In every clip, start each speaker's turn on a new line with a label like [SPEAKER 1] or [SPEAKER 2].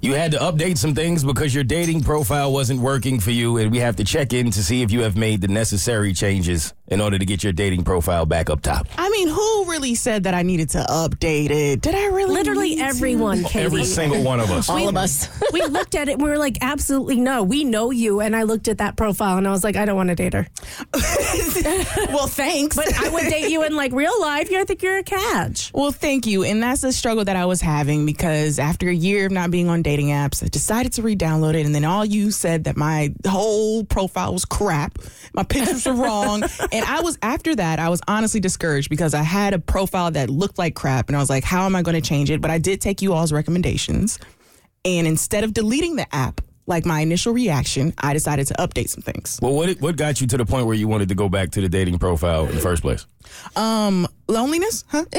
[SPEAKER 1] You had to update some things because your dating profile wasn't working for you, and we have to check in to see if you have made the necessary changes in order to get your dating profile back up top.
[SPEAKER 2] I mean, who really said that I needed to update it? Did I really? need
[SPEAKER 3] Literally
[SPEAKER 2] to?
[SPEAKER 3] everyone, Katie.
[SPEAKER 1] Every single one of us.
[SPEAKER 4] All of us.
[SPEAKER 3] we looked at it and we were like, absolutely no. We know you. And I looked at that profile and I was like, I don't want to date her.
[SPEAKER 2] Well, thanks.
[SPEAKER 3] But I would date you in like real life. You I think you're a catch.
[SPEAKER 2] well, thank you. And that's the struggle that I was having because after a year of not being on dating apps, I decided to re-download it. And then all you said that my whole profile was crap, my pictures were wrong, and I was after that. I was honestly discouraged because I had a profile that looked like crap, and I was like, how am I going to change it? But I did take you all's recommendations, and instead of deleting the app. Like my initial reaction, I decided to update some things.
[SPEAKER 1] Well, what, what got you to the point where you wanted to go back to the dating profile in the first place?
[SPEAKER 2] loneliness huh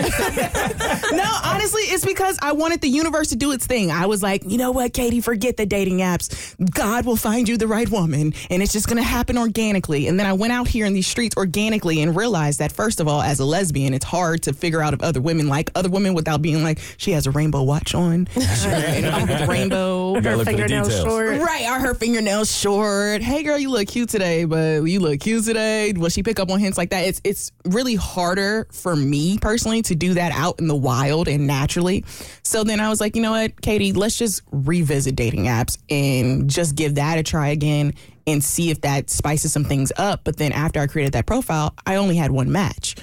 [SPEAKER 2] no honestly it's because i wanted the universe to do its thing i was like you know what katie forget the dating apps god will find you the right woman and it's just gonna happen organically and then i went out here in these streets organically and realized that first of all as a lesbian it's hard to figure out if other women like other women without being like she has a rainbow watch on she's wearing an orange rainbow
[SPEAKER 1] You gotta look for the
[SPEAKER 3] Fingernails
[SPEAKER 1] details.
[SPEAKER 3] short.
[SPEAKER 2] Right, are her fingernails short? Hey, girl, you look cute today, but you look cute today. Will she pick up on hints like that? It's it's really harder for me personally to do that out in the wild and naturally. So then I was like, you know what, Katie, let's just revisit dating apps and just give that a try again and see if that spices some things up. But then after I created that profile, I only had one match.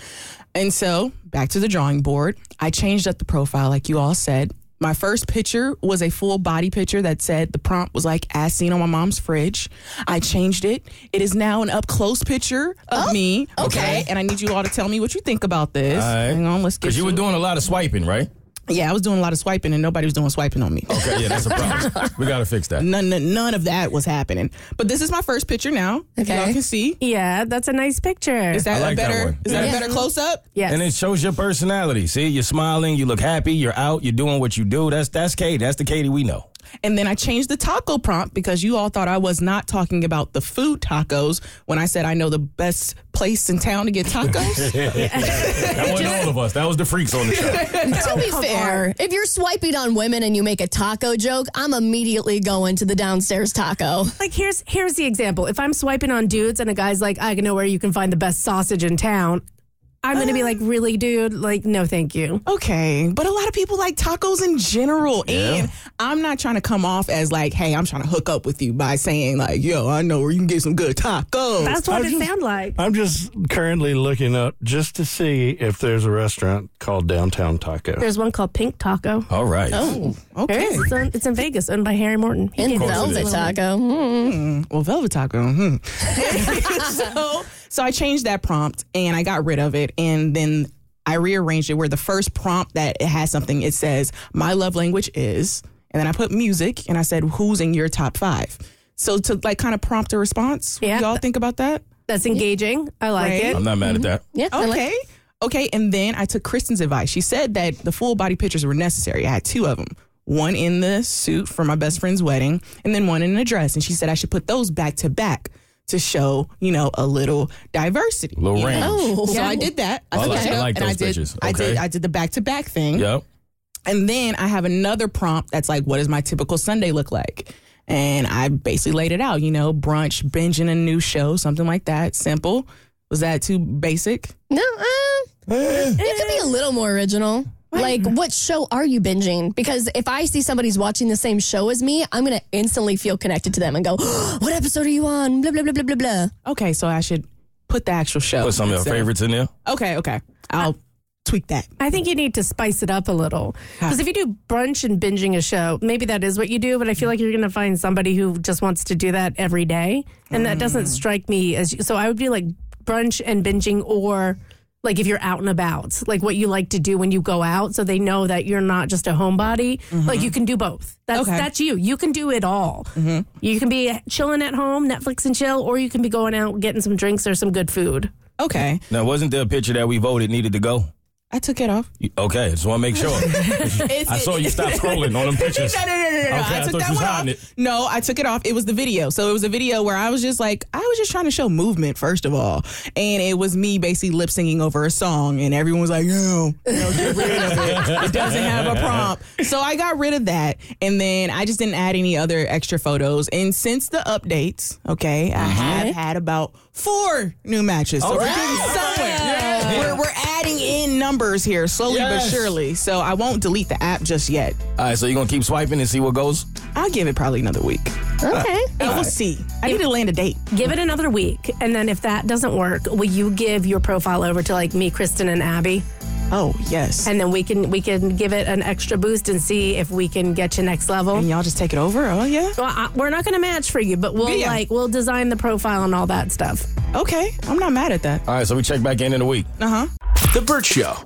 [SPEAKER 2] And so back to the drawing board. I changed up the profile, like you all said. My first picture was a full body picture that said the prompt was like, as seen on my mom's fridge. I changed it. It is now an up close picture of me.
[SPEAKER 4] Oh, okay.
[SPEAKER 2] And I need you all to tell me what you think about this.
[SPEAKER 1] All right.
[SPEAKER 2] Hang on, let's get
[SPEAKER 1] Because you were doing a lot of swiping, right?
[SPEAKER 2] Yeah, I was doing a lot of swiping and nobody was doing swiping on me.
[SPEAKER 1] Okay, yeah, that's a problem. we gotta fix that.
[SPEAKER 2] None, none, none of that was happening. But this is my first picture now. If y'all
[SPEAKER 4] Okay.
[SPEAKER 2] can see.
[SPEAKER 3] Yeah, that's a nice picture.
[SPEAKER 2] Is that
[SPEAKER 1] I like
[SPEAKER 2] a
[SPEAKER 1] that
[SPEAKER 2] better
[SPEAKER 1] one.
[SPEAKER 2] is that
[SPEAKER 4] Yeah.
[SPEAKER 2] a better close up?
[SPEAKER 3] yes.
[SPEAKER 1] And it shows your personality. See, you're smiling, you look happy, you're out, you're doing what you do. That's that's Katie. That's the Katie we know.
[SPEAKER 2] And then I changed the taco prompt because you all thought I was not talking about the food tacos when I said I know the best place in town to get tacos.
[SPEAKER 1] That wasn't all of us. That was the freaks on the show.
[SPEAKER 4] to be
[SPEAKER 3] come
[SPEAKER 4] fair, if you're swiping on women and you make a taco joke, I'm immediately going to the downstairs taco.
[SPEAKER 3] like here's here's the example. If I'm swiping on dudes and a guy's like, I know where you can find the best sausage in town, I'm gonna be like, really, dude? Like, no, thank you.
[SPEAKER 2] okay, but a lot of people like tacos in general, and I'm not trying to come off as like, hey, I'm trying to hook up with you by saying like, yo, I know where you can get some good tacos.
[SPEAKER 3] That's what
[SPEAKER 5] I
[SPEAKER 3] it
[SPEAKER 5] just-
[SPEAKER 3] sound like.
[SPEAKER 5] I'm just currently looking up just to see if there's a restaurant called Downtown Taco.
[SPEAKER 3] There's one called Pink Taco.
[SPEAKER 1] All right.
[SPEAKER 3] There
[SPEAKER 2] okay.
[SPEAKER 3] it is. It's, on- it's in Vegas, owned by Harry Morton. He
[SPEAKER 4] In
[SPEAKER 3] gave us a
[SPEAKER 4] velvet
[SPEAKER 3] little-
[SPEAKER 4] taco. Mm.
[SPEAKER 2] Well, velvet taco. Hmm. so, so I changed that prompt and I got rid of it, and then I rearranged it where the first prompt that it has something. It says my love language is, and then I put music, and I said who's in your top five. So to like kind of prompt a response.
[SPEAKER 3] Yeah.
[SPEAKER 2] Y'all think about that?
[SPEAKER 3] That's engaging. I like
[SPEAKER 2] Right.
[SPEAKER 3] it.
[SPEAKER 1] I'm not mad at that.
[SPEAKER 4] Yeah. I like-
[SPEAKER 2] Okay. Okay, and then I took Kristen's advice. She said that the full body pictures were necessary. I had two of them. One in the suit for my best friend's wedding, and then one in a dress. And she said I should put those back to back to show, you know, a little diversity.
[SPEAKER 1] Little
[SPEAKER 2] you
[SPEAKER 1] range.
[SPEAKER 2] know?
[SPEAKER 4] Oh.
[SPEAKER 2] So I did that. I,
[SPEAKER 1] I
[SPEAKER 2] took
[SPEAKER 1] like-
[SPEAKER 2] that
[SPEAKER 1] I
[SPEAKER 2] up,
[SPEAKER 1] like
[SPEAKER 2] and
[SPEAKER 1] those
[SPEAKER 2] I did,
[SPEAKER 1] pictures.
[SPEAKER 2] I did
[SPEAKER 1] Okay.
[SPEAKER 2] I did the back to back thing.
[SPEAKER 1] Yep.
[SPEAKER 2] And then I have another prompt that's like, what does my typical Sunday look like? And I basically laid it out, you know, brunch, binging a new show, something like that. Simple. Was that too basic?
[SPEAKER 4] No, uh, it could be a little more original. Like, what show are you binging? Because if I see somebody's watching the same show as me, I'm going to instantly feel connected to them and go, What episode are you on? Blah, blah, blah, blah, blah, blah.
[SPEAKER 2] Okay, so I should put the actual show.
[SPEAKER 1] Put some of your
[SPEAKER 2] So-
[SPEAKER 1] favorites in there.
[SPEAKER 2] Okay, okay. I'll tweak that.
[SPEAKER 3] I think you need to spice it up a little. Because if you do brunch and binging a show, maybe that is what you do, but I feel like you're going to find somebody who just wants to do that every day. And that doesn't strike me as. So I would be like brunch and binging or. like if you're out and about, like what you like to do when you go out, so they know that you're not just a homebody. Like you can do both. That's
[SPEAKER 2] Okay.
[SPEAKER 3] that's you. You can do it all. You can be chilling at home, Netflix and chill, or you can be going out getting some drinks or some good food.
[SPEAKER 2] Okay.
[SPEAKER 1] Now, wasn't there a picture that we voted needed to go?
[SPEAKER 2] I took it off.
[SPEAKER 1] You- Okay, just want to make sure. I saw you stop scrolling on them pictures.
[SPEAKER 2] No, no, no, no, no. no.
[SPEAKER 1] Okay, I
[SPEAKER 2] I
[SPEAKER 1] thought
[SPEAKER 2] took
[SPEAKER 1] you
[SPEAKER 2] that
[SPEAKER 1] was
[SPEAKER 2] one off.
[SPEAKER 1] hiding it.
[SPEAKER 2] No, I took it off. It was the video. So it was a video where I was just like, I was just trying to show movement, first of all. And it was me basically lip singing over a song, and everyone was like, no, no, get rid of it. It doesn't have a prompt. So I got rid of that. And then I just didn't add any other extra photos. And since the updates, okay, I
[SPEAKER 1] Mm-hmm.
[SPEAKER 2] have had about four new matches. So we're getting somewhere. We're, we're adding in numbers here slowly
[SPEAKER 1] Yes.
[SPEAKER 2] but surely. So I won't delete the app just yet.
[SPEAKER 1] All right, so you're going to keep swiping and see what goes?
[SPEAKER 2] I'll give it probably another week.
[SPEAKER 4] Okay.
[SPEAKER 2] I will see. I need to land a date.
[SPEAKER 3] Give it another week, and then if that doesn't work, will you give your profile over to like me, Kristen, and Abby,
[SPEAKER 2] Oh, yes. And,
[SPEAKER 3] and then we can we can give it an extra boost and see if we can get you next level.
[SPEAKER 2] y'all just take it over? Oh, yeah.
[SPEAKER 3] Well, I, we're not going to match for you, but we'll
[SPEAKER 2] Yeah.
[SPEAKER 3] like we'll design the profile and all that stuff.
[SPEAKER 2] Okay. I'm not mad at that.
[SPEAKER 1] All right, so we check back in in a week.
[SPEAKER 2] Uh huh.
[SPEAKER 1] The Burt Show.